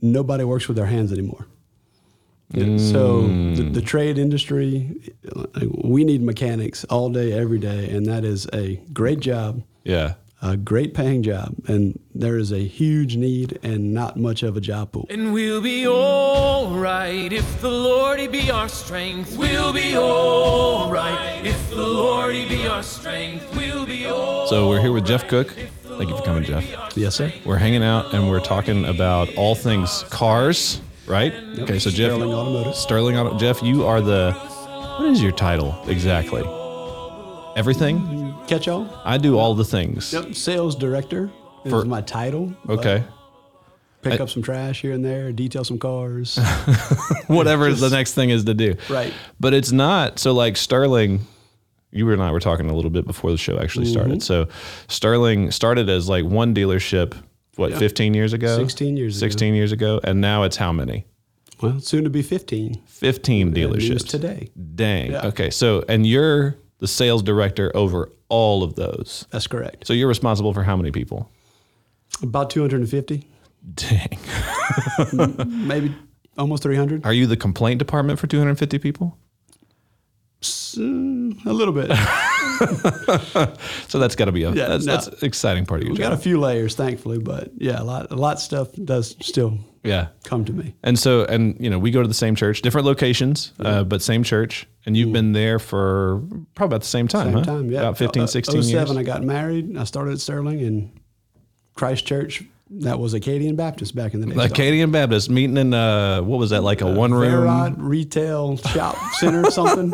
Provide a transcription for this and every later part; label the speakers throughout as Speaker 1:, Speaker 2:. Speaker 1: nobody works with their hands anymore. So the, the trade industry, like, we need mechanics all day, every day, and that is a great job,
Speaker 2: Yeah.
Speaker 1: a great paying job, and there is a huge need and not much of a job pool.
Speaker 3: And we'll be alright if the Lord He be our strength. We'll be alright if the Lord He be our strength. We'll be alright.
Speaker 2: So we're here with Jeff Cook. Thank you for coming, Jeff.
Speaker 1: Yes, sir.
Speaker 2: We're hanging out and we're talking about all things cars, right? Okay, so Jeff
Speaker 1: Sterling Automotive.
Speaker 2: Sterling Auto. Jeff, you are the what is your title exactly? Everything?
Speaker 1: Catch all?
Speaker 2: I do all the things.
Speaker 1: Mm-hmm. Yep. Sales director is
Speaker 2: For-
Speaker 1: my title. but
Speaker 2: Okay.
Speaker 1: Pick up some trash here and there, detail some cars.
Speaker 2: Whatever the next thing is to do.
Speaker 1: Right.
Speaker 2: But it's not so like Sterling you and I were talking a little bit before the show
Speaker 1: Mm-hmm.
Speaker 2: actually started. So Sterling started as like one dealership what 15 years ago?
Speaker 1: 16 years ago.
Speaker 2: 16 years ago and now it's how many?
Speaker 1: well, soon to be 15.
Speaker 2: 15
Speaker 1: News
Speaker 2: dealerships.
Speaker 1: today.
Speaker 2: Dang. Okay. So, and you're the sales director over all of those.
Speaker 1: That's correct.
Speaker 2: So you're responsible for how many people?
Speaker 1: About 250,
Speaker 2: Dang.
Speaker 1: maybe almost 300.
Speaker 2: Are you the complaint department for 250 people?
Speaker 1: A little bit.
Speaker 2: So that's got to be a
Speaker 1: Yeah,
Speaker 2: that's,
Speaker 1: no.
Speaker 2: that's an exciting part of your
Speaker 1: We got
Speaker 2: job.
Speaker 1: a few layers, thankfully, but yeah, a lot, a lot of stuff does still
Speaker 2: yeah.
Speaker 1: come to me.
Speaker 2: And so, and you know, we go to the same church, different locations, uh, but same church. And you've been there for probably about the same time,
Speaker 1: Same
Speaker 2: huh?
Speaker 1: time, yeah.
Speaker 2: Uh-huh. About 15,
Speaker 1: Uh,
Speaker 2: 16 years.
Speaker 1: 07, I got married. I started at Sterling in Christchurch. That was Acadian Baptist back in the day. So
Speaker 2: Acadian Baptist meeting in uh, what was that like a one room
Speaker 1: Fairrod Retail Shop Center, something.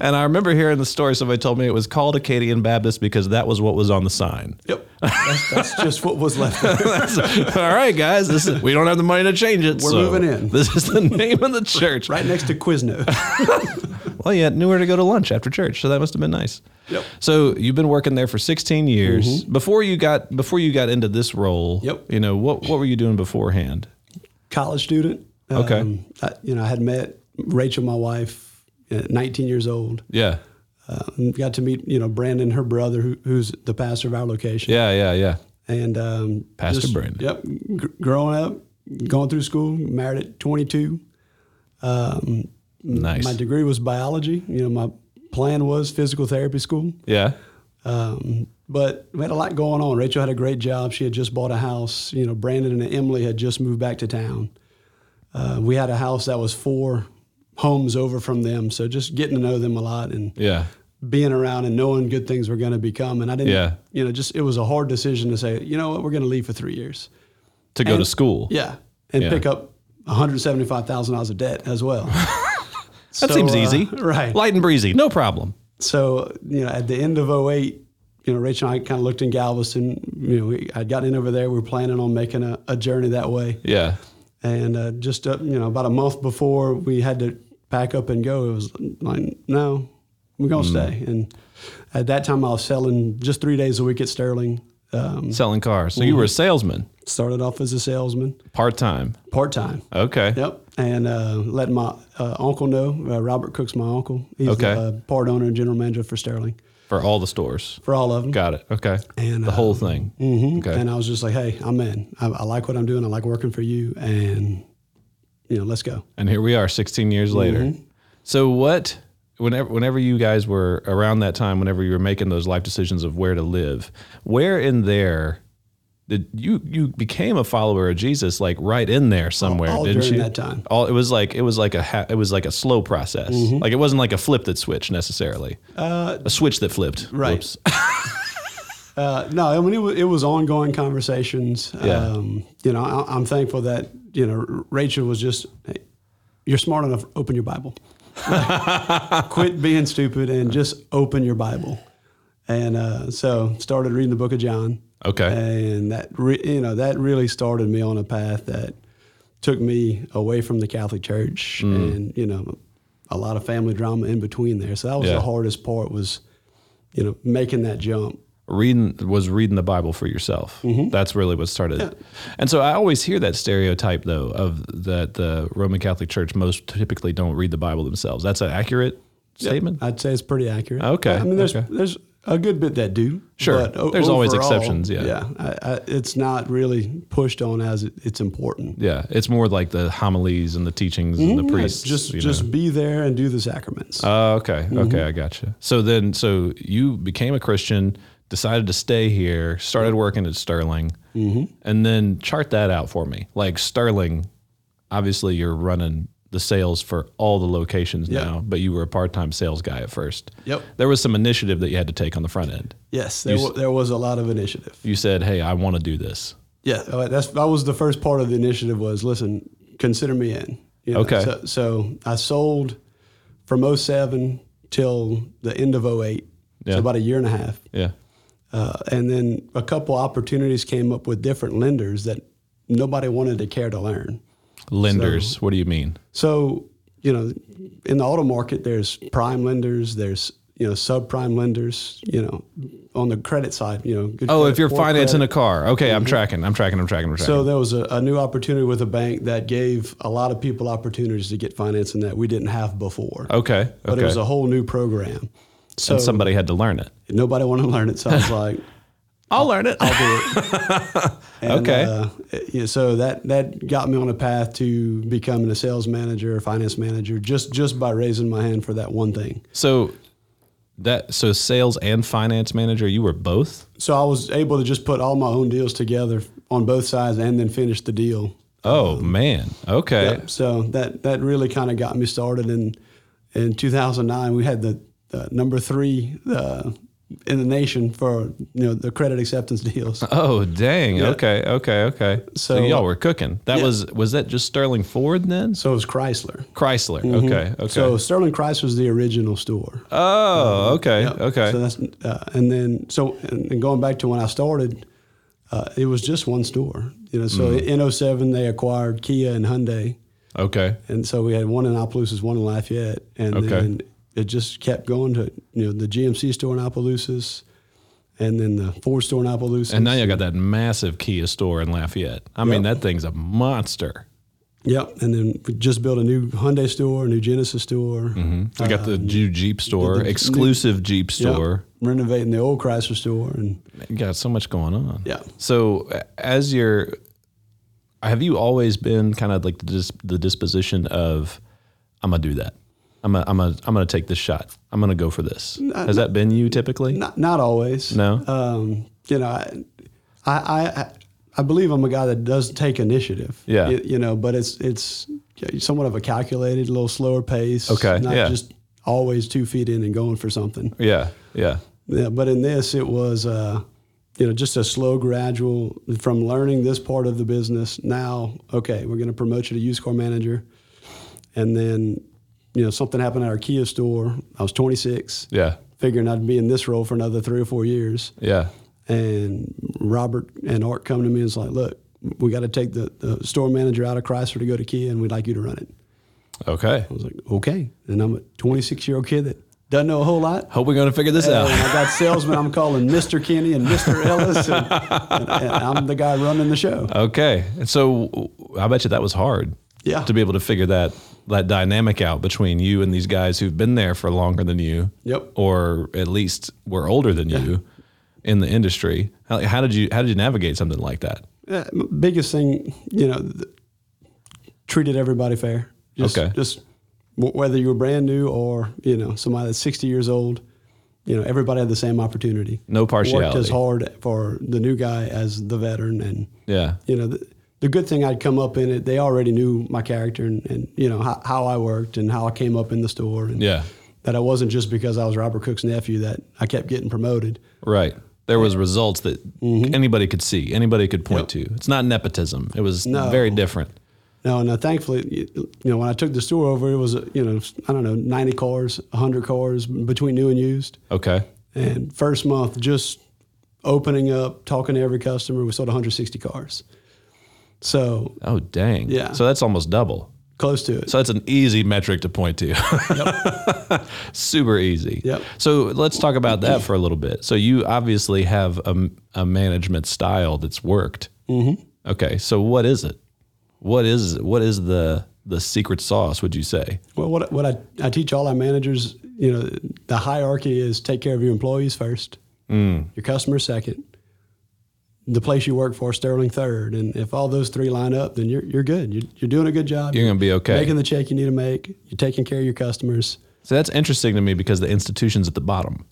Speaker 2: And I remember hearing the story. Somebody told me it was called Acadian Baptist because that was what was on the sign.
Speaker 1: Yep. That's, that's just what was left. There.
Speaker 2: That's- all right, guys, this is, we don't have the money to change it.
Speaker 1: We're
Speaker 2: so
Speaker 1: moving in.
Speaker 2: This is the name of the church.
Speaker 1: Right next to Quizno.
Speaker 2: Well, yeah, knew where to go to lunch after church, so that must have been nice.
Speaker 1: Yep.
Speaker 2: So you've been working there for 16 years. Before you got before you got into this role,
Speaker 1: Yep.
Speaker 2: You know what what were you doing beforehand?
Speaker 1: College student. Um,
Speaker 2: Okay.
Speaker 1: I, you know, I had met Rachel, my wife, at 19 years old.
Speaker 2: Yeah,
Speaker 1: Um, got to meet, you know, Brandon, her brother, who, who's the pastor of our location.
Speaker 2: yeah, yeah, yeah.
Speaker 1: And um,
Speaker 2: Pastor Brandon.
Speaker 1: Yep. Gr- growing up, going through school, married at 22.
Speaker 2: Nice.
Speaker 1: My degree was biology. You know, my plan was physical therapy school,
Speaker 2: yeah.
Speaker 1: but we had a lot going on. Rachel had a great job. She had just bought a house. You know, Brandon and Emily had just moved back to town. Uh, we had a house that was four homes over from them. So just getting to know them a lot and
Speaker 2: Yeah.
Speaker 1: being around and knowing good things were going to become. And I didn't,
Speaker 2: Yeah.
Speaker 1: you know, just it was a hard decision to say, you know what, we're going to leave for three years.
Speaker 2: To go to
Speaker 1: And-
Speaker 2: school.
Speaker 1: Yeah, and
Speaker 2: Yeah.
Speaker 1: pick up one hundred seventy-five thousand dollars of debt as well. uh,
Speaker 2: That seems easy.
Speaker 1: right?
Speaker 2: Light and breezy. No problem.
Speaker 1: so you know, at the end of 08, you know, Rachel and I kind of looked in Galveston. You know, we, I'd gotten in over there. We were planning on making a, a journey that way,
Speaker 2: Yeah.
Speaker 1: and uh, just uh, you know, about a month before we had to pack up and go, it was like, no, we're
Speaker 2: Mm.
Speaker 1: gonna stay. And at that time, I was selling just three days a week at Sterling. Um,
Speaker 2: Selling cars. So you were a salesman
Speaker 1: started off as a salesman,
Speaker 2: part time.
Speaker 1: part time.
Speaker 2: Okay.
Speaker 1: Yep, and uh, let my uh, uncle know. Uh, Robert Cook's my uncle. He's
Speaker 2: Okay.
Speaker 1: the uh, part owner and general manager for Sterling
Speaker 2: For all the stores.
Speaker 1: for all of them.
Speaker 2: Got it. Okay.
Speaker 1: And,
Speaker 2: the
Speaker 1: uh,
Speaker 2: whole thing. Mm-hmm. Okay.
Speaker 1: And I was just like, "Hey, I'm in. I, I like what I'm doing. I like working for you, and you know, let's go."
Speaker 2: and here we are 16 years later.
Speaker 1: Mm-hmm.
Speaker 2: So what whenever whenever you guys were around that time whenever you were making those life decisions of where to live, where in there did you you became a follower of Jesus like right in there somewhere,
Speaker 1: all
Speaker 2: didn't
Speaker 1: during
Speaker 2: you?
Speaker 1: that time. Mm-hmm.
Speaker 2: All it was like it was like a ha- it was like a slow process. Like it wasn't like a flip that switched necessarily. Uh, a switch that flipped.
Speaker 1: right.
Speaker 2: Whoops.
Speaker 1: Uh, no, I mean it was, it was ongoing conversations.
Speaker 2: Yeah.
Speaker 1: Um, you know, I, I'm thankful that you know Rachel was just, hey, "You're smart enough. Open your Bible. Quit being stupid and just open your Bible." And uh, so started reading the Book of John.
Speaker 2: Okay.
Speaker 1: and that re, you know that really started me on a path that took me away from the Catholic Church,
Speaker 2: Mm.
Speaker 1: and you know, a lot of family drama in between there. So that was
Speaker 2: Yeah.
Speaker 1: the hardest part was, you know, making that jump.
Speaker 2: reading was reading the Bible for yourself.
Speaker 1: Mm-hmm.
Speaker 2: That's really what started. And so I always hear that stereotype though of that the Roman Catholic Church most typically don't read the Bible themselves. That's an accurate statement.
Speaker 1: I'd say it's pretty accurate.
Speaker 2: Okay,
Speaker 1: I mean, there's
Speaker 2: okay.
Speaker 1: there's a good bit that do.
Speaker 2: Sure.
Speaker 1: but o-
Speaker 2: There's always
Speaker 1: overall,
Speaker 2: exceptions, yeah.
Speaker 1: yeah. I, I, it's not really pushed on as it, it's important.
Speaker 2: Yeah, it's more like the homilies and the teachings and the priests.
Speaker 1: Mm-hmm. Just
Speaker 2: you
Speaker 1: just
Speaker 2: know.
Speaker 1: be there and do the sacraments.
Speaker 2: Oh, okay, okay, I gotcha. So then, so you became a Christian, decided to stay here, started working at Sterling, and then chart that out for me. Like Sterling, obviously you're running the sales for all the locations
Speaker 1: Yeah.
Speaker 2: now, but you were a part-time sales guy at first.
Speaker 1: Yep.
Speaker 2: There was some initiative that you had to take on the front end.
Speaker 1: yes, there, wa- there was a lot of initiative.
Speaker 2: You said, "Hey, I want to do this."
Speaker 1: Yeah, uh, that's that was the first part of the initiative was listen, consider me in. You know,
Speaker 2: Okay.
Speaker 1: So, so I sold from 07 till the end of 08,
Speaker 2: Yeah.
Speaker 1: so about a year and a half.
Speaker 2: Yeah.
Speaker 1: Uh, and then a couple opportunities came up with different lenders that nobody wanted to care to learn.
Speaker 2: Lenders. what do you mean?
Speaker 1: So, you know, in the auto market, there's prime lenders, there's, you know, subprime lenders, you know, on the credit side, you know. Good
Speaker 2: Oh,
Speaker 1: credit,
Speaker 2: if you're
Speaker 1: poor
Speaker 2: financing
Speaker 1: credit.
Speaker 2: a car, okay, I'm tracking. I'm tracking. I'm tracking. I'm tracking.
Speaker 1: So there was a, a new opportunity with a bank that gave a lot of people opportunities to get financing that we didn't have before.
Speaker 2: okay. Oh, Okay.
Speaker 1: But it was a whole new program. So
Speaker 2: and somebody had to learn it.
Speaker 1: nobody wanted to learn it. So I was like,
Speaker 2: I'll learn it.
Speaker 1: and,
Speaker 2: Okay.
Speaker 1: uh, yeah, so that, that got me on a path to becoming a sales manager, finance manager, just, just by raising my hand for that one thing.
Speaker 2: so that so sales and finance manager, you were both.
Speaker 1: So I was able to just put all my own deals together on both sides and then finish the deal.
Speaker 2: Oh man. Okay.
Speaker 1: Yep. So that that really kind of got me started. And in 2009, we had the, the number three uh, in the nation for you know the credit acceptance deals.
Speaker 2: Oh dang. Okay. Okay. Okay. So,
Speaker 1: So-
Speaker 2: y'all were cooking. That
Speaker 1: Yeah.
Speaker 2: was was that just Sterling Ford then?
Speaker 1: So it was Chrysler.
Speaker 2: Chrysler. Okay. Okay.
Speaker 1: So Sterling Chrysler's the original store.
Speaker 2: oh. Okay. Okay.
Speaker 1: So that's uh, and then so and, and going back to when I started, uh, it was just one store. You know, so in 07 they acquired Kia and Hyundai.
Speaker 2: okay.
Speaker 1: And so we had one in Opelousas, one in Lafayette, and
Speaker 2: Okay.
Speaker 1: then it just kept going to you know the GMC store in Opelousas, and then the Ford store in Opelousas.
Speaker 2: And now you got that massive Kia store in Lafayette. I mean, that thing's a monster.
Speaker 1: yep, and then we just built a new Hyundai store, a new Genesis store,
Speaker 2: I got the new Jeep store, exclusive Jeep
Speaker 1: Yep,
Speaker 2: store.
Speaker 1: renovating the old Chrysler store, and
Speaker 2: You got so much going on.
Speaker 1: Yeah.
Speaker 2: So a- as you're, have you always been kind of like the, dis, the disposition of, I'm gonna do that. I'm gonna, I'm gonna, I'm gonna take this shot. I'm gonna go for this. Has that been you typically?
Speaker 1: not not always.
Speaker 2: No?
Speaker 1: um, you know, I, I, I, I believe I'm a guy that does take initiative.
Speaker 2: Yeah.
Speaker 1: you, you know, but it's it's somewhat of a calculated, a little slower pace.
Speaker 2: Okay,
Speaker 1: not
Speaker 2: yeah.
Speaker 1: just always two feet in and going for something.
Speaker 2: Yeah. Yeah.
Speaker 1: Yeah, but in this, it was uh, you know just a slow, gradual from learning this part of the business. Now, okay, we're going to promote you to used car manager, and then you know something happened at our Kia store. I was 26,
Speaker 2: Yeah.
Speaker 1: figuring I'd be in this role for another three or four years.
Speaker 2: Yeah.
Speaker 1: And Robert and Art come to me and it's like, look, we got to take the, the store manager out of Chrysler to go to Kia, and we'd like you to run it.
Speaker 2: Okay.
Speaker 1: I was like, okay. And I'm a 26 year old kid that doesn't know a whole lot.
Speaker 2: Hope we're gonna figure this
Speaker 1: And
Speaker 2: out.
Speaker 1: I got salesmen I'm calling Mr. Kenny and Mr. Ellis, and, and- and I'm the guy running the show.
Speaker 2: Okay. And so w- I bet you that was hard.
Speaker 1: Yeah.
Speaker 2: To be able to figure that that dynamic out between you and these guys who've been there for longer than you.
Speaker 1: Yep.
Speaker 2: Or at least were older than you in the industry. How, how did you how did you navigate something like that?
Speaker 1: Uh, m- biggest thing, you know, th- treated everybody fair. Just,
Speaker 2: Okay.
Speaker 1: Just w- whether you were brand new or you know somebody that's 60 years old, you know everybody had the same opportunity.
Speaker 2: No
Speaker 1: Worked as
Speaker 2: partiality.
Speaker 1: hard for the new guy as the veteran, and
Speaker 2: Yeah.
Speaker 1: you know. The, the good thing I'd come up in it, they already knew my character and, and you know how, how I worked and how I came up in the store. And
Speaker 2: Yeah.
Speaker 1: that I wasn't just because I was Robert Cook's nephew that I kept getting promoted.
Speaker 2: Right. There was results that
Speaker 1: Mm-hmm.
Speaker 2: anybody could see, anybody could point to. It's not nepotism. It was
Speaker 1: No.
Speaker 2: very different.
Speaker 1: No, no. Thankfully, you you know, when I took the store over, it was uh, you know I don't know ninety cars, hundred cars between new and used.
Speaker 2: Okay.
Speaker 1: And first month, just opening up, talking to every customer, we sold one hundred sixty cars. So
Speaker 2: Oh dang.
Speaker 1: Yeah.
Speaker 2: So that's almost double.
Speaker 1: close to it.
Speaker 2: So that's an easy metric to point to. Super easy.
Speaker 1: Yep.
Speaker 2: So let's talk about that for a little bit. So you obviously have a, a management style that's worked. Mm-hmm. Okay. So what is it? What is what is the the secret sauce? Would you say?
Speaker 1: Well, what, what I, I teach all our managers, you know, the hierarchy is take care of your employees first,
Speaker 2: Mm.
Speaker 1: your customers second, the place you work for, Sterling third. And if all those three line up, then you're, you're good. You're, you're doing a good job.
Speaker 2: You're gonna be okay.
Speaker 1: Making the check you need to make. You're taking care of your customers.
Speaker 2: So that's interesting to me because the institution's at the bottom.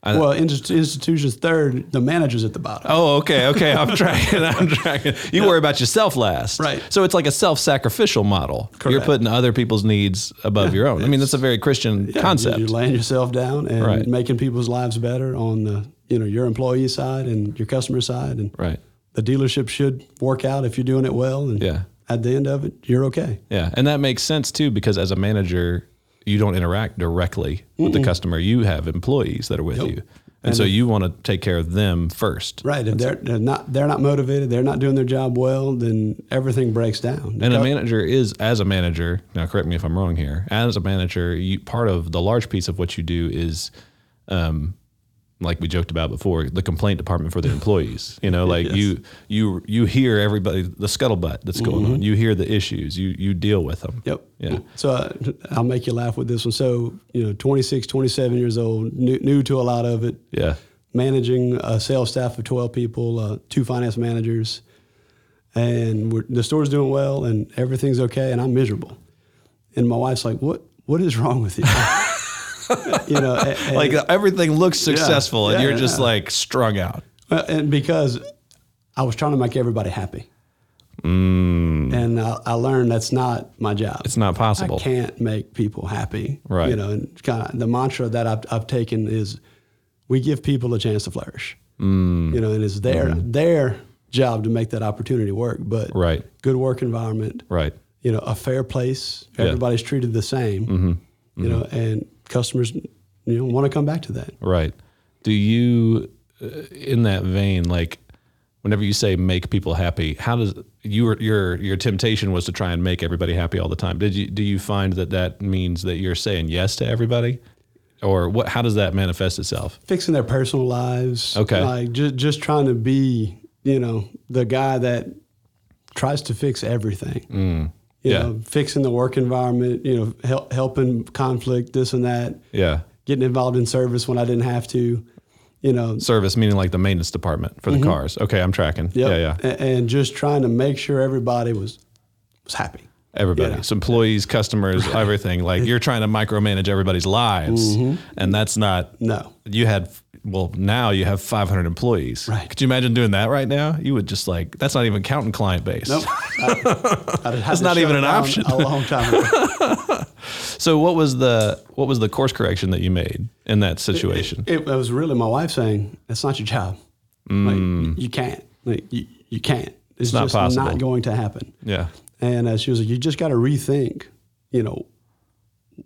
Speaker 2: I-
Speaker 1: well, inst- institutions third, the manager's at the bottom.
Speaker 2: Oh, okay, okay. I'm tracking. I'm tracking. You worry about yourself last,
Speaker 1: Right.
Speaker 2: So it's like a self-sacrificial model. You're
Speaker 1: Correct.
Speaker 2: putting other people's needs above your own. I mean, that's a very Christian concept.
Speaker 1: You're laying yourself down and
Speaker 2: Right.
Speaker 1: making people's lives better on the you know your employee side and your customer side, and
Speaker 2: Right.
Speaker 1: the dealership should work out if you're doing it well. And
Speaker 2: Yeah.
Speaker 1: at the end of it, you're okay.
Speaker 2: Yeah, and that makes sense too because as a manager, you don't interact directly with the customer. You have employees that are with you, and, so you want to take care of them first.
Speaker 1: Right. If they're, they're not they're not motivated, they're not doing their job well, then everything breaks down.
Speaker 2: And a manager is, as a manager, now correct me if I'm wrong here. As a manager, you, part of the large piece of what you do is, um, like we joked about before, the complaint department for the employees. You know, like you you you hear everybody the scuttlebutt that's going on. You hear the issues. You you deal with them.
Speaker 1: Yep.
Speaker 2: Yeah.
Speaker 1: So uh, I'll make you laugh with this one. So, you know, 26, 27 years old, new, new to a lot of it,
Speaker 2: Yeah.
Speaker 1: managing a sales staff of 12 people, uh, two finance managers, and we're, the store's doing well and everything's okay and I'm miserable. And my wife's like, "What what is wrong with you?" you know, a- and,
Speaker 2: Like everything looks successful, and
Speaker 1: Yeah,
Speaker 2: you're just
Speaker 1: yeah.
Speaker 2: like strung out.
Speaker 1: Well, and because I was trying to make everybody happy. And I, I learned that's not my job.
Speaker 2: Mm. It's not possible.
Speaker 1: I can't make people happy.
Speaker 2: Right.
Speaker 1: You know, and kind of the mantra that I've, I've taken is we give people a chance to flourish.
Speaker 2: Mm.
Speaker 1: You know, and it's their, their job to make that opportunity work. But
Speaker 2: Mm-hmm. Right.
Speaker 1: good work environment,
Speaker 2: Right.
Speaker 1: you know, a fair place.
Speaker 2: Yeah. Mm-hmm.
Speaker 1: Everybody's treated the same, you know, and customers, you know, want to come back to that.
Speaker 2: Right. Do you, uh, in that vein, like whenever you say make people happy, how does your your your temptation was to try and make everybody happy all the time? Did you do you find that that means that you're saying yes to everybody, or what? How does that manifest itself?
Speaker 1: fixing their personal lives.
Speaker 2: Okay.
Speaker 1: Like just just trying to be, you know, the guy that tries to fix everything. You
Speaker 2: Mm. Yeah.
Speaker 1: know, fixing the work environment, you know, help, helping conflict, this and that,
Speaker 2: Yeah.
Speaker 1: getting involved in service when I didn't have to, you know.
Speaker 2: Service meaning like the maintenance department for the cars. Okay, I'm tracking.
Speaker 1: Yep.
Speaker 2: Yeah, yeah.
Speaker 1: A- And, just trying to make sure everybody was was happy.
Speaker 2: Everybody,
Speaker 1: Yeah.
Speaker 2: so employees, customers, everything. Like you're trying to micromanage everybody's lives, and that's not
Speaker 1: Mm-hmm. No.
Speaker 2: you had well now you have 500 employees
Speaker 1: Right.
Speaker 2: could you imagine doing that right now you would just like that's not even counting client base
Speaker 1: Nope. That's
Speaker 2: not even an option.
Speaker 1: A long time ago.
Speaker 2: so what was the what was the course correction that you made in that situation
Speaker 1: it, it was really my wife saying, "That's not your job. Like, you can't. Like, you, you can't. It's,
Speaker 2: Mm. not
Speaker 1: just
Speaker 2: possible.
Speaker 1: not going to happen."
Speaker 2: yeah
Speaker 1: And uh, she was like, "You just got to rethink. You know,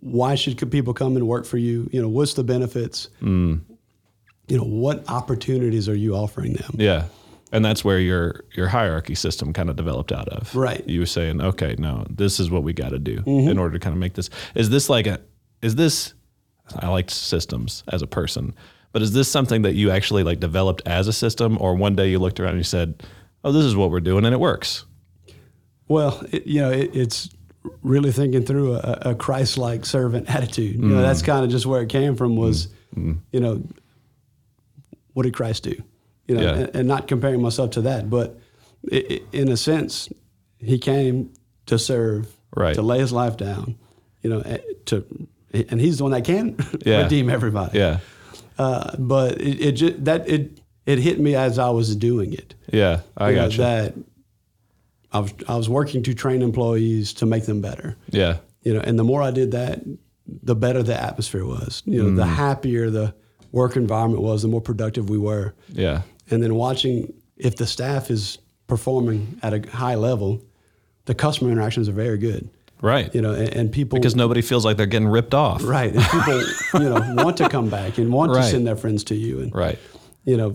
Speaker 1: why should co- people come and work for you? You know, what's the benefits?
Speaker 2: Mm.
Speaker 1: You know, what opportunities are you offering them?"
Speaker 2: yeah and that's where your your hierarchy system kind of developed out of
Speaker 1: Right. Mm-hmm.
Speaker 2: you were saying okay no this is what we got to do in order to kind of make this is this like a is this i liked systems as a person but is this something that you actually like developed as a system or one day you looked around and you said oh this is what we're doing and it works
Speaker 1: Well, it, you know, it, it's really thinking through a, a Christ-like servant attitude. You know, that's
Speaker 2: Mm.
Speaker 1: kind of just where it came from. Was you know, what did Christ do? You know,
Speaker 2: Yeah.
Speaker 1: and, and not comparing myself to that, but i i in a sense, he came to serve,
Speaker 2: Right.
Speaker 1: To lay his life down, you know, eh, to and he's the one that can
Speaker 2: Yeah.
Speaker 1: redeem everybody.
Speaker 2: yeah
Speaker 1: Uh, but it, it just, that it it hit me as I was doing it
Speaker 2: Yeah, I
Speaker 1: you know,
Speaker 2: got you.
Speaker 1: that I was I was working to train employees to make them better.
Speaker 2: Yeah,
Speaker 1: You know, and the more I did that, the better the atmosphere was. You know,
Speaker 2: Mm.
Speaker 1: the happier the work environment was, the more productive we were.
Speaker 2: yeah,
Speaker 1: And then watching if the staff is performing at a high level, the customer interactions are very good.
Speaker 2: right.
Speaker 1: You know, and, and people
Speaker 2: because nobody feels like they're getting ripped off.
Speaker 1: right, and people you know want to come back and want
Speaker 2: Right.
Speaker 1: to send their friends to you. And
Speaker 2: right.
Speaker 1: you know,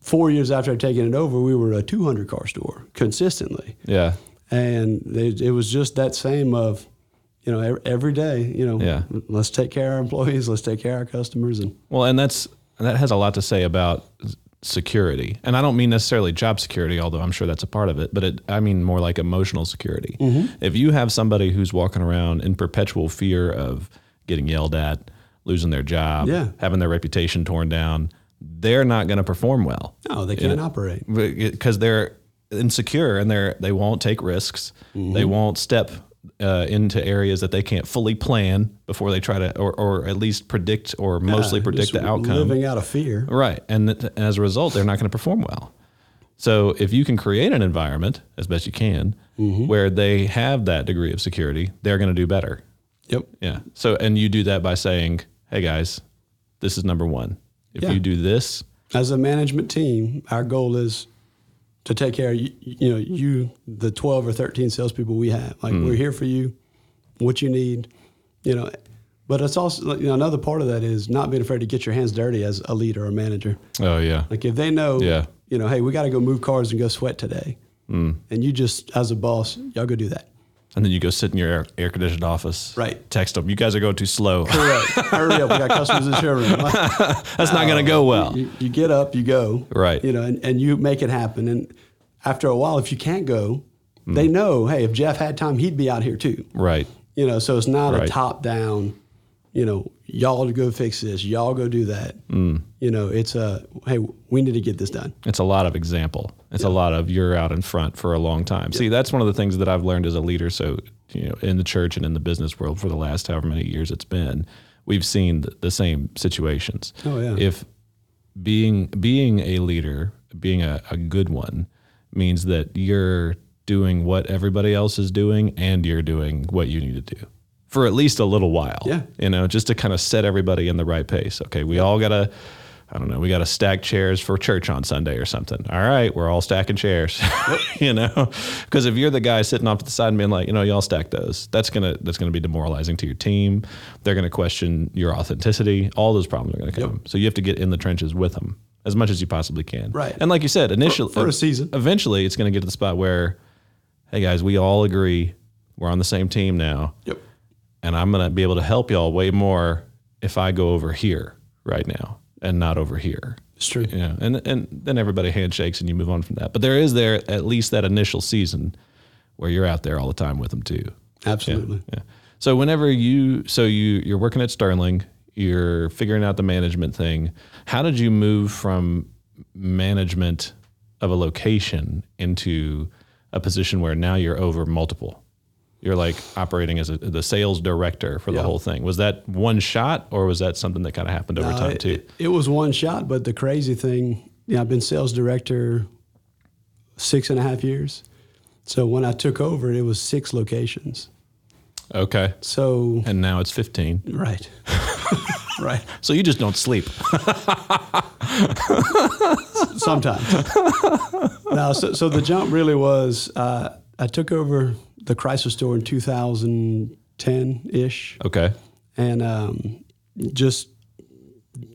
Speaker 1: four years after I'd taken it over, we were a 200 car store consistently.
Speaker 2: Yeah,
Speaker 1: and it, it was just that same of you know every, every day you know
Speaker 2: Yeah.
Speaker 1: let's take care of our employees let's take care of our customers and
Speaker 2: Well, and that's and that has a lot to say about security. And I don't mean necessarily job security, although I'm sure that's a part of it, but it, I mean more like emotional security.
Speaker 1: Mm-hmm.
Speaker 2: If you have somebody who's walking around in perpetual fear of getting yelled at, losing their job,
Speaker 1: Yeah.
Speaker 2: having their reputation torn down, they're not going to perform well
Speaker 1: No, they can't operate.
Speaker 2: because they're insecure and they're they won't take risks.
Speaker 1: Mm-hmm.
Speaker 2: They won't step uh, into areas that they can't fully plan before they try to, or, or at least predict or mostly
Speaker 1: Just
Speaker 2: predict the outcome.
Speaker 1: Living out of fear.
Speaker 2: Right. And, th- and as a result, they're not going to perform well. So if you can create an environment as best you can
Speaker 1: Mm-hmm.
Speaker 2: where they have that degree of security, they're going to do better.
Speaker 1: Yep.
Speaker 2: Yeah. So, and you do that by saying, hey guys, this is number one. If
Speaker 1: Yeah.
Speaker 2: you do this,
Speaker 1: As a management team, our goal is to take care of you, you know you the 12 or 13 salespeople we have. Like
Speaker 2: Mm.
Speaker 1: we're here for you, what you need, you know. But it's also like, you know, another part of that is not being afraid to get your hands dirty as a leader or manager.
Speaker 2: oh, yeah.
Speaker 1: Like if they know,
Speaker 2: Yeah. Hmm.
Speaker 1: you know, hey, we got to go move cars and go sweat today, and you just as a boss, y'all go do that.
Speaker 2: And then you go sit in your air, air conditioned office.
Speaker 1: Right.
Speaker 2: Text them, you guys are going too slow.
Speaker 1: Correct. Hurry up, we got customers in the showroom. Like,
Speaker 2: That's not going to go well.
Speaker 1: you, you get up, you go,
Speaker 2: Right.
Speaker 1: You know, and, and you make it happen. And after a while, if you can't go, they know, hey, if Jeff had time, he'd be out here too.
Speaker 2: Hmm. Right.
Speaker 1: You know, so it's not
Speaker 2: Right.
Speaker 1: a top down. You know, y'all to go fix this, y'all go do that.
Speaker 2: Hmm.
Speaker 1: You know, it's a hey, we need to get this done.
Speaker 2: It's a lot of example. It's a lot of you're out in front for a long time. See, that's one of the things that I've learned as a leader. So, you know, in the church and in the business world for the last however many years it's been, we've seen th- the same situations.
Speaker 1: Oh, yeah.
Speaker 2: If being being a leader, being a, a good one, means that you're doing what everybody else is doing and you're doing what you need to do for at least a little while.
Speaker 1: Yeah.
Speaker 2: You know, just to kind of set everybody in the right pace. Okay, we all gotta I don't know, we gotta stack chairs for church on Sunday or something. All right, we're all stacking chairs. you know? Because if you're the guy sitting off to the side and being like, you know, y'all stack those, that's gonna that's gonna be demoralizing to your team. They're gonna question your authenticity. All those problems are gonna come. So you have to get in the trenches with them as much as you possibly can.
Speaker 1: Right.
Speaker 2: And like you said, initially
Speaker 1: for a season.
Speaker 2: Eventually it's gonna get to the spot where, hey guys, we all agree we're on the same team now
Speaker 1: Yep.
Speaker 2: and I'm going to be able to help y'all way more if I go over here right now and not over here.
Speaker 1: It's true.
Speaker 2: You know, and and then everybody handshakes and you move on from that. But there is there at least that initial season where you're out there all the time with them too.
Speaker 1: Absolutely.
Speaker 2: Yeah. So whenever you so you you're working at Sterling, you're figuring out the management thing. How did you move from management of a location into a position where now you're over multiple? You're like operating as a, the sales director for the
Speaker 1: Yeah.
Speaker 2: whole thing. Was that one shot or was that something that kind of happened over
Speaker 1: Uh,
Speaker 2: time
Speaker 1: it,
Speaker 2: too?
Speaker 1: it- it was one shot, but the crazy thing, you know, I've been sales director six and a half years. So when I took over, it was six locations.
Speaker 2: okay.
Speaker 1: So
Speaker 2: And now it's 15.
Speaker 1: right, right.
Speaker 2: So you just don't sleep.
Speaker 1: Sometimes. no, so, so the jump really was. Uh, I took over the Chrysler store in 2010 ish,
Speaker 2: Okay.
Speaker 1: and um, just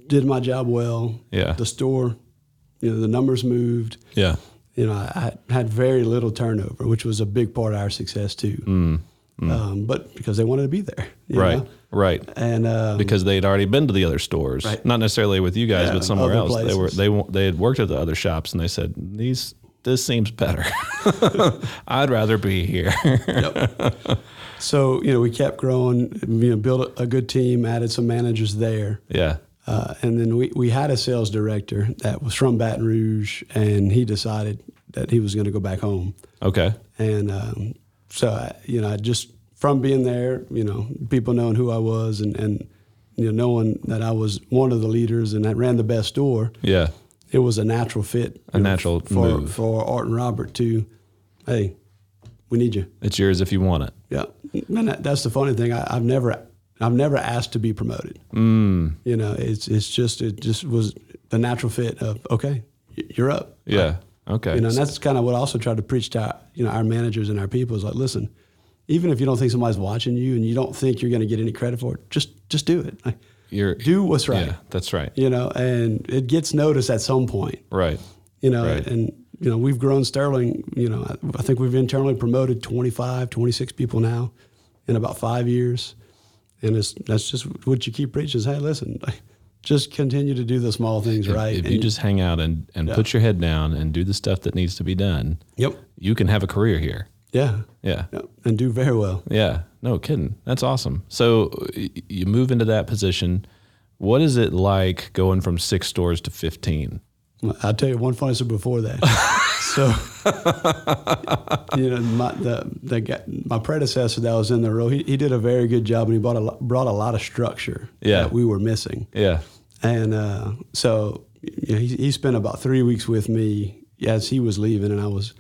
Speaker 1: did my job well.
Speaker 2: Yeah.
Speaker 1: The store, you know, the numbers moved.
Speaker 2: Yeah.
Speaker 1: you know, I I had very little turnover, which was a big part of our success too. Um, but because they wanted to be there, you
Speaker 2: Right.
Speaker 1: know?
Speaker 2: Right.
Speaker 1: And um,
Speaker 2: because they'd already been to the other stores,
Speaker 1: Right.
Speaker 2: not necessarily with you guys,
Speaker 1: Yeah,
Speaker 2: but somewhere
Speaker 1: other
Speaker 2: else. They were
Speaker 1: places.
Speaker 2: they wa- they had worked at the other shops, and they said these this seems better. I'd rather be here.
Speaker 1: so you know, we kept growing. You know, built a, a good team, added some managers there,
Speaker 2: yeah,
Speaker 1: uh, and then we we had a sales director that was from Baton Rouge, and he decided that he was going to go back home.
Speaker 2: okay,
Speaker 1: And um, so I, you know, I just from being there, you know, people knowing who I was and and you know knowing that I was one of the leaders and I ran the best store.
Speaker 2: yeah,
Speaker 1: it was a natural fit.
Speaker 2: A
Speaker 1: you
Speaker 2: natural
Speaker 1: for
Speaker 2: move.
Speaker 1: for Art and Robert to, hey, we need you.
Speaker 2: it's yours if you want it.
Speaker 1: Yeah, man, that, that's the funny thing. I, I've never I've never asked to be promoted. Mm. You know, it's it's just it just was the natural fit of okay, y- you're up.
Speaker 2: Yeah, okay.
Speaker 1: You know, and that's kind of what I also try to preach to our, you know our managers and our people is like, listen, even if you don't think somebody's watching you and you don't think you're going to get any credit for it, just just do it. Like,
Speaker 2: You're-
Speaker 1: do what's right.
Speaker 2: Yeah, that's right.
Speaker 1: You know, and it gets noticed at some point
Speaker 2: Right.
Speaker 1: you know
Speaker 2: Right.
Speaker 1: and you know we've grown sterling you know I, I think we've internally promoted 25 26 people now in about five years and it's that's just what you keep preaching is hey listen just continue to do the small things
Speaker 2: If-
Speaker 1: right.
Speaker 2: If you
Speaker 1: And-
Speaker 2: just hang out and, and put your head down and do the stuff that needs to be done,
Speaker 1: yep,
Speaker 2: you can have a career here.
Speaker 1: yeah,
Speaker 2: Yeah.
Speaker 1: yep, and do very well.
Speaker 2: Yeah. No kidding. That's awesome. So y- you move into that position. What is it like going from six stores to 15?
Speaker 1: I'll tell you one funny story before that. so, you know, my the, the guy, my predecessor that was in the role, he, he did a very good job, and he brought a lo- brought a lot of structure
Speaker 2: Yeah.
Speaker 1: that we were missing.
Speaker 2: Yeah.
Speaker 1: And uh, so you know, he, he spent about three weeks with me as he was leaving, and I was,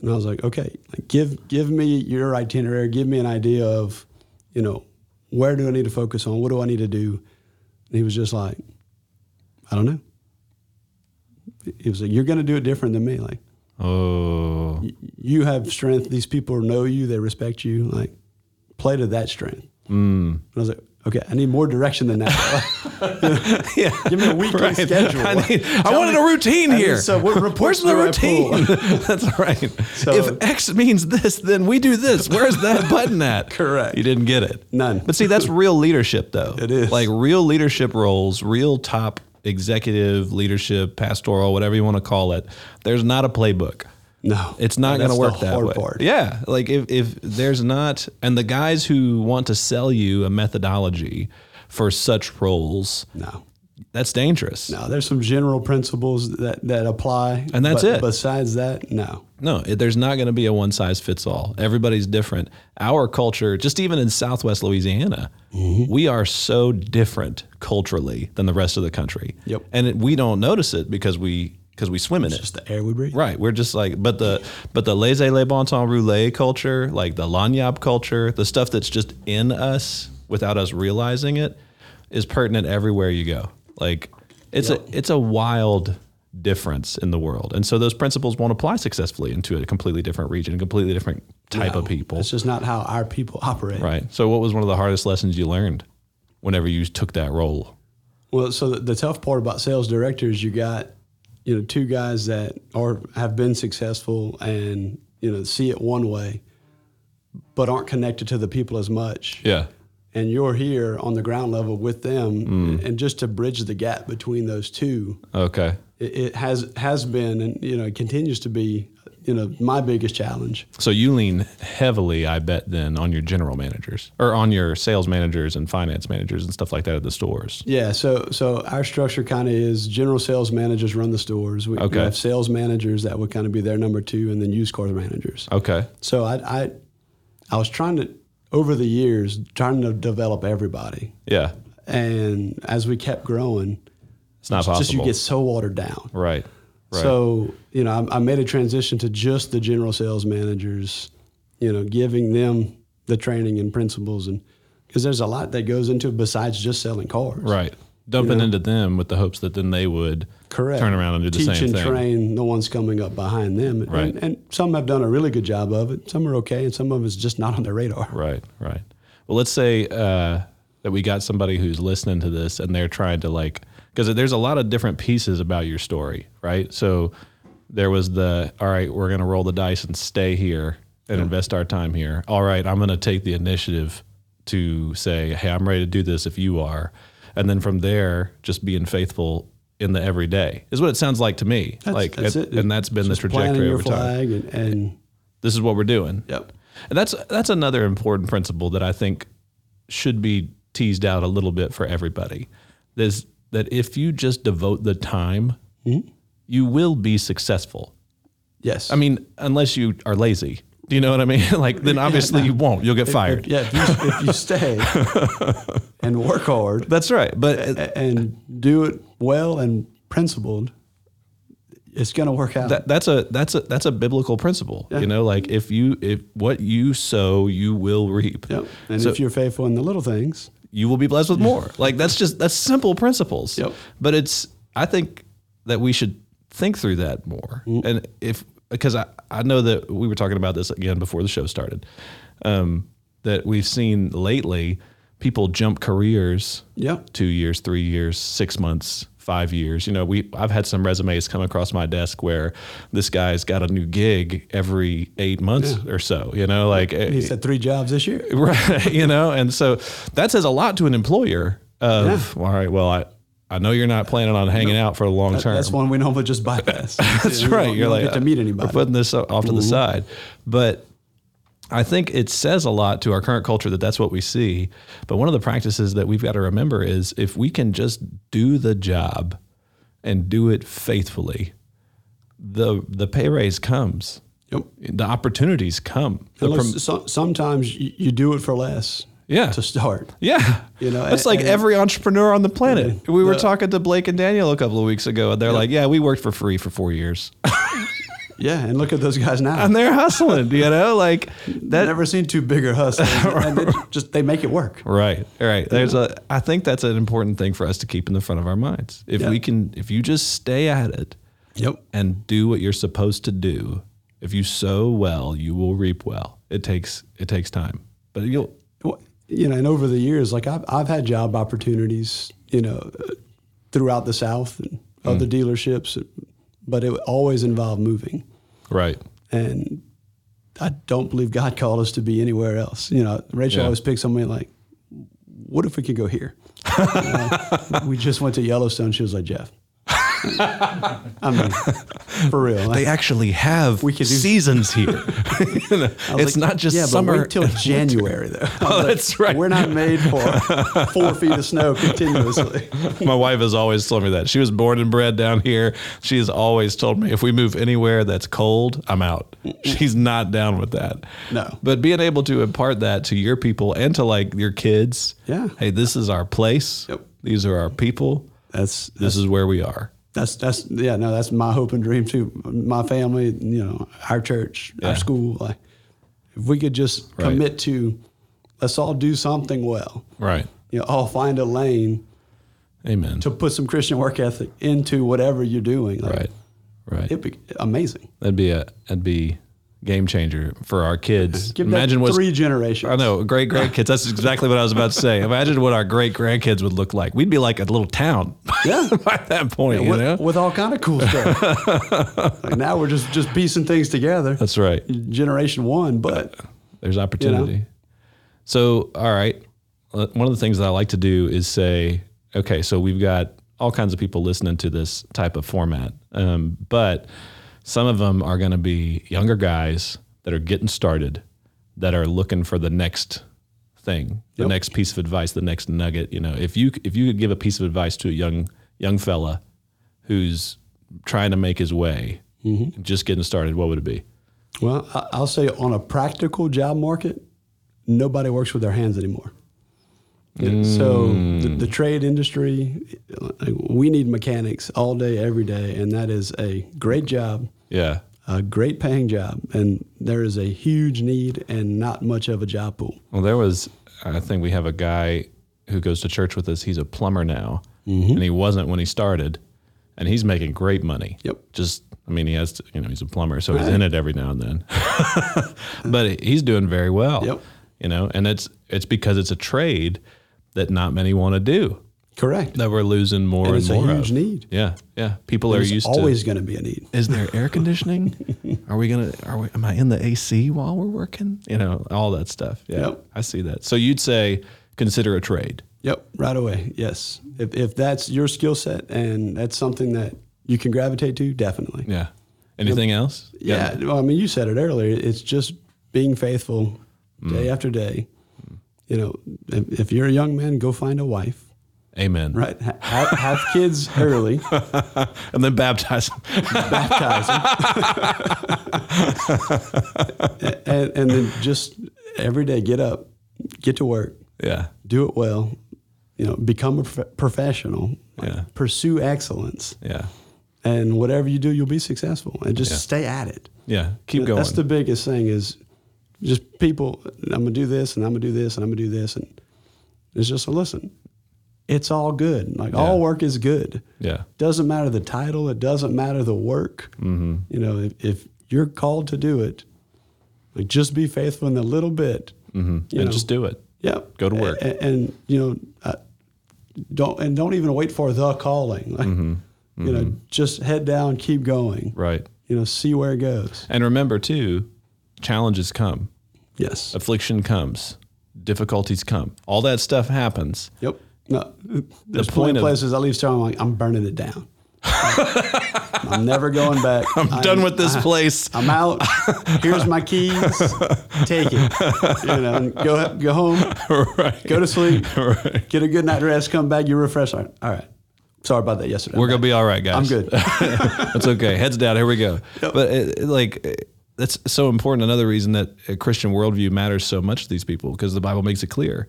Speaker 1: and I was like, okay, give give me your itinerary, give me an idea of, you know, where do I need to focus on, what do I need to do, and he was just like, I don't know. He was like, you're going to do it different than me. Like
Speaker 2: Oh,
Speaker 1: you have strength. These people know you, they respect you. Like play to that strength. Mm. And I was like. Okay, I need more direction than that.
Speaker 2: yeah.
Speaker 1: Give me a weekly
Speaker 2: Right.
Speaker 1: schedule.
Speaker 2: I, need- I
Speaker 1: Tell
Speaker 2: wanted
Speaker 1: me-
Speaker 2: a routine
Speaker 1: I mean,
Speaker 2: here.
Speaker 1: so what
Speaker 2: Where's
Speaker 1: reports
Speaker 2: the
Speaker 1: do I
Speaker 2: routine? That's right. if X means this, then we do this. Where's that button at?
Speaker 1: Correct.
Speaker 2: You didn't get it.
Speaker 1: None.
Speaker 2: But see, that's real leadership, though.
Speaker 1: It is.
Speaker 2: Like real leadership roles, real top executive leadership, pastoral, whatever you want to call it. There's not a playbook.
Speaker 1: No,
Speaker 2: It's not going
Speaker 1: That's
Speaker 2: to work
Speaker 1: the
Speaker 2: that
Speaker 1: hard
Speaker 2: way.
Speaker 1: Part.
Speaker 2: Yeah, like if if there's not, and the guys who want to sell you a methodology for such roles,
Speaker 1: No,
Speaker 2: that's dangerous.
Speaker 1: no. There's some general principles that that apply,
Speaker 2: And that's
Speaker 1: but
Speaker 2: it.
Speaker 1: Besides that, no.
Speaker 2: No, it, there's not going to be a one size fits all. Everybody's different. Our culture, just even in Southwest Louisiana,
Speaker 1: Mm-hmm.
Speaker 2: we are so different culturally than the rest of the country.
Speaker 1: Yep.
Speaker 2: And it, we don't notice it because we because we swim in it.
Speaker 1: Just the air we breathe.
Speaker 2: Right. We're just like, but the but the laissez le bon temps rouler culture, like the lanyap culture, the stuff that's just in us without us realizing it, is pertinent everywhere you go. Like it's a it's a wild difference in the world, and so those principles won't apply successfully into a completely different region, a completely different type of people.
Speaker 1: That's just not how our people operate.
Speaker 2: Right. So, what was one of the hardest lessons you learned whenever you took that role?
Speaker 1: Well, so the, the tough part about sales directors, you got, you know, two guys that are have been successful and you know see it one way, but aren't connected to the people as much.
Speaker 2: Yeah.
Speaker 1: And you're here on the ground level with them,
Speaker 2: Mm.
Speaker 1: and just to bridge the gap between those two,
Speaker 2: Okay.
Speaker 1: it, it has has been and you know it continues to be you know my biggest challenge
Speaker 2: So you lean heavily, I bet, then on your general managers or on your sales managers and finance managers and stuff like that at the stores.
Speaker 1: yeah so so our structure kind of is general sales managers run the stores we, we
Speaker 2: Okay.
Speaker 1: have sales managers that would kind of be their number two and then used car managers
Speaker 2: Okay.
Speaker 1: so I, I i was trying to over the years trying to develop everybody
Speaker 2: Yeah.
Speaker 1: and as we kept growing
Speaker 2: It's not
Speaker 1: just you
Speaker 2: possible.
Speaker 1: get so watered down
Speaker 2: right. Right.
Speaker 1: So you know, I, I made a transition to just the general sales managers. You know, giving them the training and principles, and because there's a lot that goes into it besides just selling cars.
Speaker 2: right. Dumping into them with the hopes that then they would
Speaker 1: Correct.
Speaker 2: turn around and do the
Speaker 1: Teach
Speaker 2: same
Speaker 1: and
Speaker 2: thing.
Speaker 1: train the ones coming up behind them. And,
Speaker 2: Right.
Speaker 1: and, some have done a really good job of it. Some are okay, and some of it's just not on their radar.
Speaker 2: Right, right. Well, let's say uh, that we got somebody who's listening to this and they're trying to like, because there's a lot of different pieces about your story, right? So there was the, all right, we're going to roll the dice and stay here and invest our time here. All right, I'm going to take the initiative to say, hey, I'm ready to do this if you are. And then from there, just being faithful in the everyday is what it sounds like to me. like,
Speaker 1: that's
Speaker 2: and,
Speaker 1: it.
Speaker 2: and that's been the
Speaker 1: Planting
Speaker 2: trajectory
Speaker 1: your
Speaker 2: over time
Speaker 1: flag, and, and
Speaker 2: this is what we're doing.
Speaker 1: Yep.
Speaker 2: And that's that's another important principle that I think should be teased out a little bit for everybody. Is that if you just devote the time,
Speaker 1: Hmm?
Speaker 2: you will be successful.
Speaker 1: yes,
Speaker 2: I mean, unless you are lazy. Do you know what I mean? like then obviously you won't. You'll get fired.
Speaker 1: yeah. If you, if you stay and work hard,
Speaker 2: That's right. But uh,
Speaker 1: and do it well and principled, it's going to work out.
Speaker 2: that, that's a that's a that's a biblical principle. You know, like if you if what you sow, you will reap.
Speaker 1: yep. And
Speaker 2: So-
Speaker 1: if you're faithful in the little things,
Speaker 2: you will be blessed with more. Like that's just that's simple principles.
Speaker 1: Yep.
Speaker 2: But it's I think that we should think through that more.
Speaker 1: Mm.
Speaker 2: And if because I, I know that we were talking about this again before the show started, um, that we've seen lately people jump careers
Speaker 1: Yep.
Speaker 2: two years, three years, six months, five years. You know, we I've had some resumes come across my desk where this guy's got a new gig every eight months or so. You know, like
Speaker 1: he said three jobs this year.
Speaker 2: right you know and so that says a lot to an employer of all right well i I know you're not planning on hanging out for a long term.
Speaker 1: That's one we normally just bypass.
Speaker 2: That's
Speaker 1: We don't-
Speaker 2: right.
Speaker 1: we
Speaker 2: You're
Speaker 1: don't
Speaker 2: like
Speaker 1: get to meet anybody.
Speaker 2: We're putting this off to the side, but I think it says a lot to our current culture that that's what we see. But one of the practices that we've got to remember is if we can just do the job and do it faithfully, the the pay raise comes,
Speaker 1: Yep.
Speaker 2: the opportunities come. The
Speaker 1: And look,
Speaker 2: prom-
Speaker 1: so, sometimes you, you do it for less
Speaker 2: yeah,
Speaker 1: to start.
Speaker 2: yeah.
Speaker 1: You know, and-
Speaker 2: it's like
Speaker 1: and-
Speaker 2: every entrepreneur on the planet. we were
Speaker 1: The-
Speaker 2: talking to Blake and Daniel a couple of weeks ago, and they're like, "Yeah, we worked for free for four years."
Speaker 1: Yeah, and look at those guys now.
Speaker 2: and they're hustling, you know, like that.
Speaker 1: Never seen two bigger hustlers. and they just they make it work.
Speaker 2: Right, right. There's a. I think that's an important thing for us to keep in the front of our minds. If
Speaker 1: Yeah.
Speaker 2: we can, if you just stay at it
Speaker 1: Yep.
Speaker 2: and do what you're supposed to do, if you sow well, you will reap well. It takes it takes time, but you'll.
Speaker 1: Well, you know, and over the years, like I've, I've had job opportunities, you know, uh, throughout the South and
Speaker 2: Hmm.
Speaker 1: other dealerships, but it always involved moving.
Speaker 2: Right.
Speaker 1: And I don't believe God called us to be anywhere else. You know, Rachel
Speaker 2: Yeah.
Speaker 1: always picks on me like, what if we could go here? You know, we just went to Yellowstone. She was like, Jeff. I mean, for real.
Speaker 2: They actually have
Speaker 1: We could do-
Speaker 2: seasons here. You know,
Speaker 1: I was like,
Speaker 2: it's not just
Speaker 1: yeah,
Speaker 2: summer. Oh,
Speaker 1: but wait till January though. I was like,
Speaker 2: that's right.
Speaker 1: We're not made for four feet of snow continuously.
Speaker 2: My wife has always told me that. She was born and bred down here. She has always told me if we move anywhere that's cold, I'm out. She's not down with that.
Speaker 1: No.
Speaker 2: But being able to impart that to your people and to like your kids.
Speaker 1: Yeah.
Speaker 2: Hey, this is our place.
Speaker 1: Yep.
Speaker 2: These are our people.
Speaker 1: That's
Speaker 2: This is where we are.
Speaker 1: that's that's yeah no that's my hope and dream too. My family, you know, our church,
Speaker 2: Yeah.
Speaker 1: our school. Like if we could just
Speaker 2: Right.
Speaker 1: commit to, let's all do something well.
Speaker 2: Right.
Speaker 1: You know, all find a lane
Speaker 2: Amen.
Speaker 1: to put some Christian work ethic into whatever you're doing. Like,
Speaker 2: right. Right.
Speaker 1: It'd be amazing.
Speaker 2: that'd be a that'd be game changer for our kids.
Speaker 1: Give
Speaker 2: Imagine
Speaker 1: that
Speaker 2: what's
Speaker 1: three generations.
Speaker 2: I know, great grandkids. That's exactly what I was about to say. Imagine what our great grandkids would look like. We'd be like a little town
Speaker 1: Yeah.
Speaker 2: by that point, you
Speaker 1: with,
Speaker 2: know?
Speaker 1: with all kind of cool stuff. like now we're just just piecing things together.
Speaker 2: That's right.
Speaker 1: generation one, but
Speaker 2: There's opportunity. So, all right. Uh, One of the things that I like to do is say, okay, so we've got all kinds of people listening to this type of format, um, but some of them are going to be younger guys that are getting started, that are looking for the next thing, the
Speaker 1: Yep.
Speaker 2: next piece of advice, the next nugget. You know, if you if you could give a piece of advice to a young young fella who's trying to make his way,
Speaker 1: Mm-hmm.
Speaker 2: just getting started, what would it be?
Speaker 1: well, I- I'll say on a practical job market, nobody works with their hands anymore. Yeah, So the,
Speaker 2: Mm.
Speaker 1: the trade industry, like, we need mechanics all day, every day, and that is a great job,
Speaker 2: Yeah.
Speaker 1: a great paying job, and there is a huge need and not much of a job pool.
Speaker 2: Well, there was, I think we have a guy who goes to church with us. He's a plumber now,
Speaker 1: Mm-hmm.
Speaker 2: and he wasn't when he started, and he's making great money.
Speaker 1: Yep.
Speaker 2: Just, I mean, he has, to, you know, he's a plumber, so he's in it every now and then, but he's doing very well.
Speaker 1: Yep.
Speaker 2: You know, and it's it's because it's a trade that not many want to do.
Speaker 1: Correct.
Speaker 2: That we're losing more and,
Speaker 1: it's a
Speaker 2: more
Speaker 1: huge
Speaker 2: of.
Speaker 1: need.
Speaker 2: Yeah, yeah. People are
Speaker 1: There's
Speaker 2: used
Speaker 1: always
Speaker 2: to.
Speaker 1: going to be a need.
Speaker 2: Is there air conditioning? are we gonna? Are we? Am I in the AC while we're working? You know, all that stuff. Yeah.
Speaker 1: Yep.
Speaker 2: I see that. So you'd say consider a trade.
Speaker 1: Yep, right away. Yes. If, if that's your skill set and that's something that you can gravitate to, definitely.
Speaker 2: Yeah. Anything else?
Speaker 1: Yeah. Well, I mean, you said it earlier. It's just being faithful
Speaker 2: Mm.
Speaker 1: day after day. You know, if, if you're a young man, go find a wife,
Speaker 2: Amen.
Speaker 1: right? Ha- Have, have kids early,
Speaker 2: And then baptize.
Speaker 1: baptize them. and, and then just every day get up, get to work,
Speaker 2: yeah.
Speaker 1: do it well, you know, become a prof- professional,
Speaker 2: Yeah.
Speaker 1: pursue excellence.
Speaker 2: Yeah.
Speaker 1: and whatever you do, you'll be successful. And just
Speaker 2: Yeah.
Speaker 1: stay at it.
Speaker 2: Yeah. Keep
Speaker 1: Th-
Speaker 2: going.
Speaker 1: That's the biggest thing is just people. I'm gonna do this, and I'm gonna do this, and I'm gonna do this, and it's just a listen. It's all good. Like all
Speaker 2: Yeah.
Speaker 1: work is good.
Speaker 2: yeah.
Speaker 1: Doesn't matter the title. It doesn't matter the work. Mm-hmm. You know, if, if you're called to do it, like just be faithful in the little bit. Mm-hmm.
Speaker 2: And just do it.
Speaker 1: Yep.
Speaker 2: Go to work.
Speaker 1: A- a- And, you know, uh, don't and don't even wait for the calling. Like, You know, just head down, keep going.
Speaker 2: Mm-hmm. Right.
Speaker 1: You know, see where it goes.
Speaker 2: And remember too, challenges come,
Speaker 1: Yes.
Speaker 2: affliction comes, difficulties come. All that stuff happens.
Speaker 1: Yep. No, there's
Speaker 2: point
Speaker 1: plenty of
Speaker 2: of-
Speaker 1: places I leave town. I'm like, I'm burning it down. I'm never going back. I'm,
Speaker 2: Done with this place.
Speaker 1: I'm out. Here's my keys. Take it. You know, and go go home.
Speaker 2: right.
Speaker 1: Go to sleep.
Speaker 2: Right.
Speaker 1: Get a good night rest. Come back. You're refreshed. All right. All right. Sorry about that yesterday.
Speaker 2: We're gonna be all right, guys.
Speaker 1: I'm good.
Speaker 2: that's okay. Heads down. Here we go. But it, it, like it- that's so important. Another reason that a Christian worldview matters so much to these people because the Bible makes it clear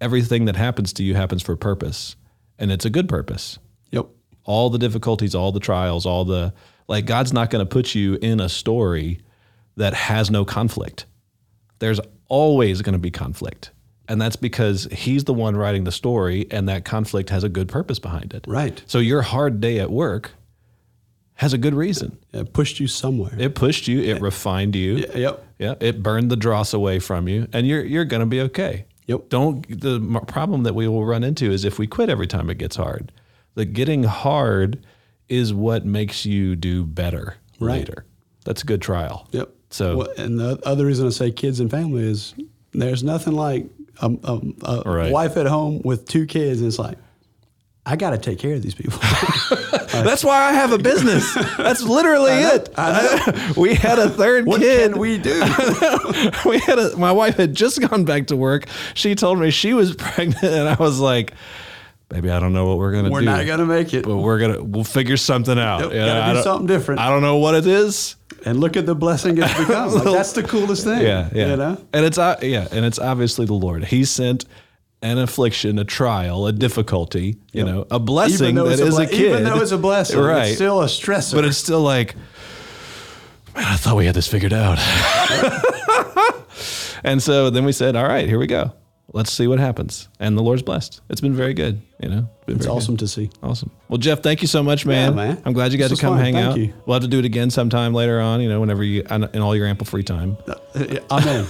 Speaker 2: everything that happens to you happens for a purpose, and it's a good purpose.
Speaker 1: yep.
Speaker 2: All the difficulties, all the trials, all the like God's not going to put you in a story that has no conflict. There's always going to be conflict. And that's because he's the one writing the story and that conflict has a good purpose behind it.
Speaker 1: Right.
Speaker 2: So your hard day at work has a good reason.
Speaker 1: It pushed you somewhere.
Speaker 2: It pushed you. It refined you. Yeah.
Speaker 1: Yep.
Speaker 2: It burned the dross away from you, and you're you're gonna be okay.
Speaker 1: Yep.
Speaker 2: Don't. The m- problem that we will run into is if we quit every time it gets hard. The getting hard is what makes you do better
Speaker 1: Right.
Speaker 2: later. That's a good trial.
Speaker 1: Yep.
Speaker 2: So-
Speaker 1: Well, and the other reason I say kids and family is there's nothing like a, a, a
Speaker 2: Right.
Speaker 1: wife at home with two kids, and it's like, I got to take care of these people.
Speaker 2: That's why I have a business. That's literally it. we had a third
Speaker 1: what
Speaker 2: kid.
Speaker 1: can we do?
Speaker 2: we had a, my wife had just gone back to work. She told me she was pregnant, and I was like, "Baby, I don't know what we're gonna
Speaker 1: We're
Speaker 2: do.
Speaker 1: not gonna make it.
Speaker 2: but we're gonna we'll figure something out.
Speaker 1: Yep,
Speaker 2: You
Speaker 1: gotta
Speaker 2: I
Speaker 1: do
Speaker 2: don't-
Speaker 1: something different.
Speaker 2: I don't know what it is.
Speaker 1: And look at the blessing it's become. Like, that's the coolest thing.
Speaker 2: Yeah, yeah.
Speaker 1: You know?
Speaker 2: And it's uh, yeah, and it's obviously the Lord. He sent an afflition, a trial, a difficulty. You know, a blessing that
Speaker 1: it's
Speaker 2: is
Speaker 1: a
Speaker 2: a,
Speaker 1: ble-
Speaker 2: kid.
Speaker 1: Even though it's a blessing,
Speaker 2: right?
Speaker 1: it's still a stressor.
Speaker 2: but it's still like, man, I thought we had this figured out. and so then we said, all right, here we go. Let's see what happens. And the Lord's blessed. It's been very good. You know, been
Speaker 1: It's
Speaker 2: very good.
Speaker 1: awesome to see.
Speaker 2: Awesome. Well, Jeff, thank you so much, man.
Speaker 1: man.
Speaker 2: I'm glad you got
Speaker 1: This was
Speaker 2: to come
Speaker 1: fun.
Speaker 2: hang
Speaker 1: Thank
Speaker 2: out.
Speaker 1: you.
Speaker 2: We'll have to do it again sometime later on. You know, whenever you and in all your ample free time.
Speaker 1: I'm in.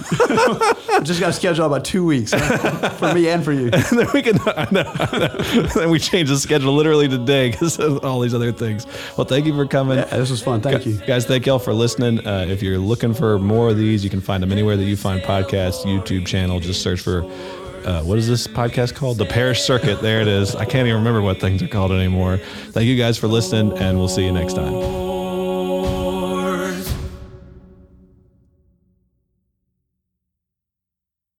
Speaker 1: Just got to schedule about two weeks for me and for you.
Speaker 2: And then we can. I know, I know. Then we changed the schedule literally today because of all these other things. Well, thank you for coming.
Speaker 1: Yeah, this was fun. Thank you.
Speaker 2: Guys, thank y'all for listening. Uh, if you're looking for more of these, you can find them anywhere that you find podcasts, YouTube channel. Just search for, uh, what is this podcast called? The Parish Circuit. There it is. I can't even remember what things are called anymore. Thank you guys for listening, and we'll see you next time.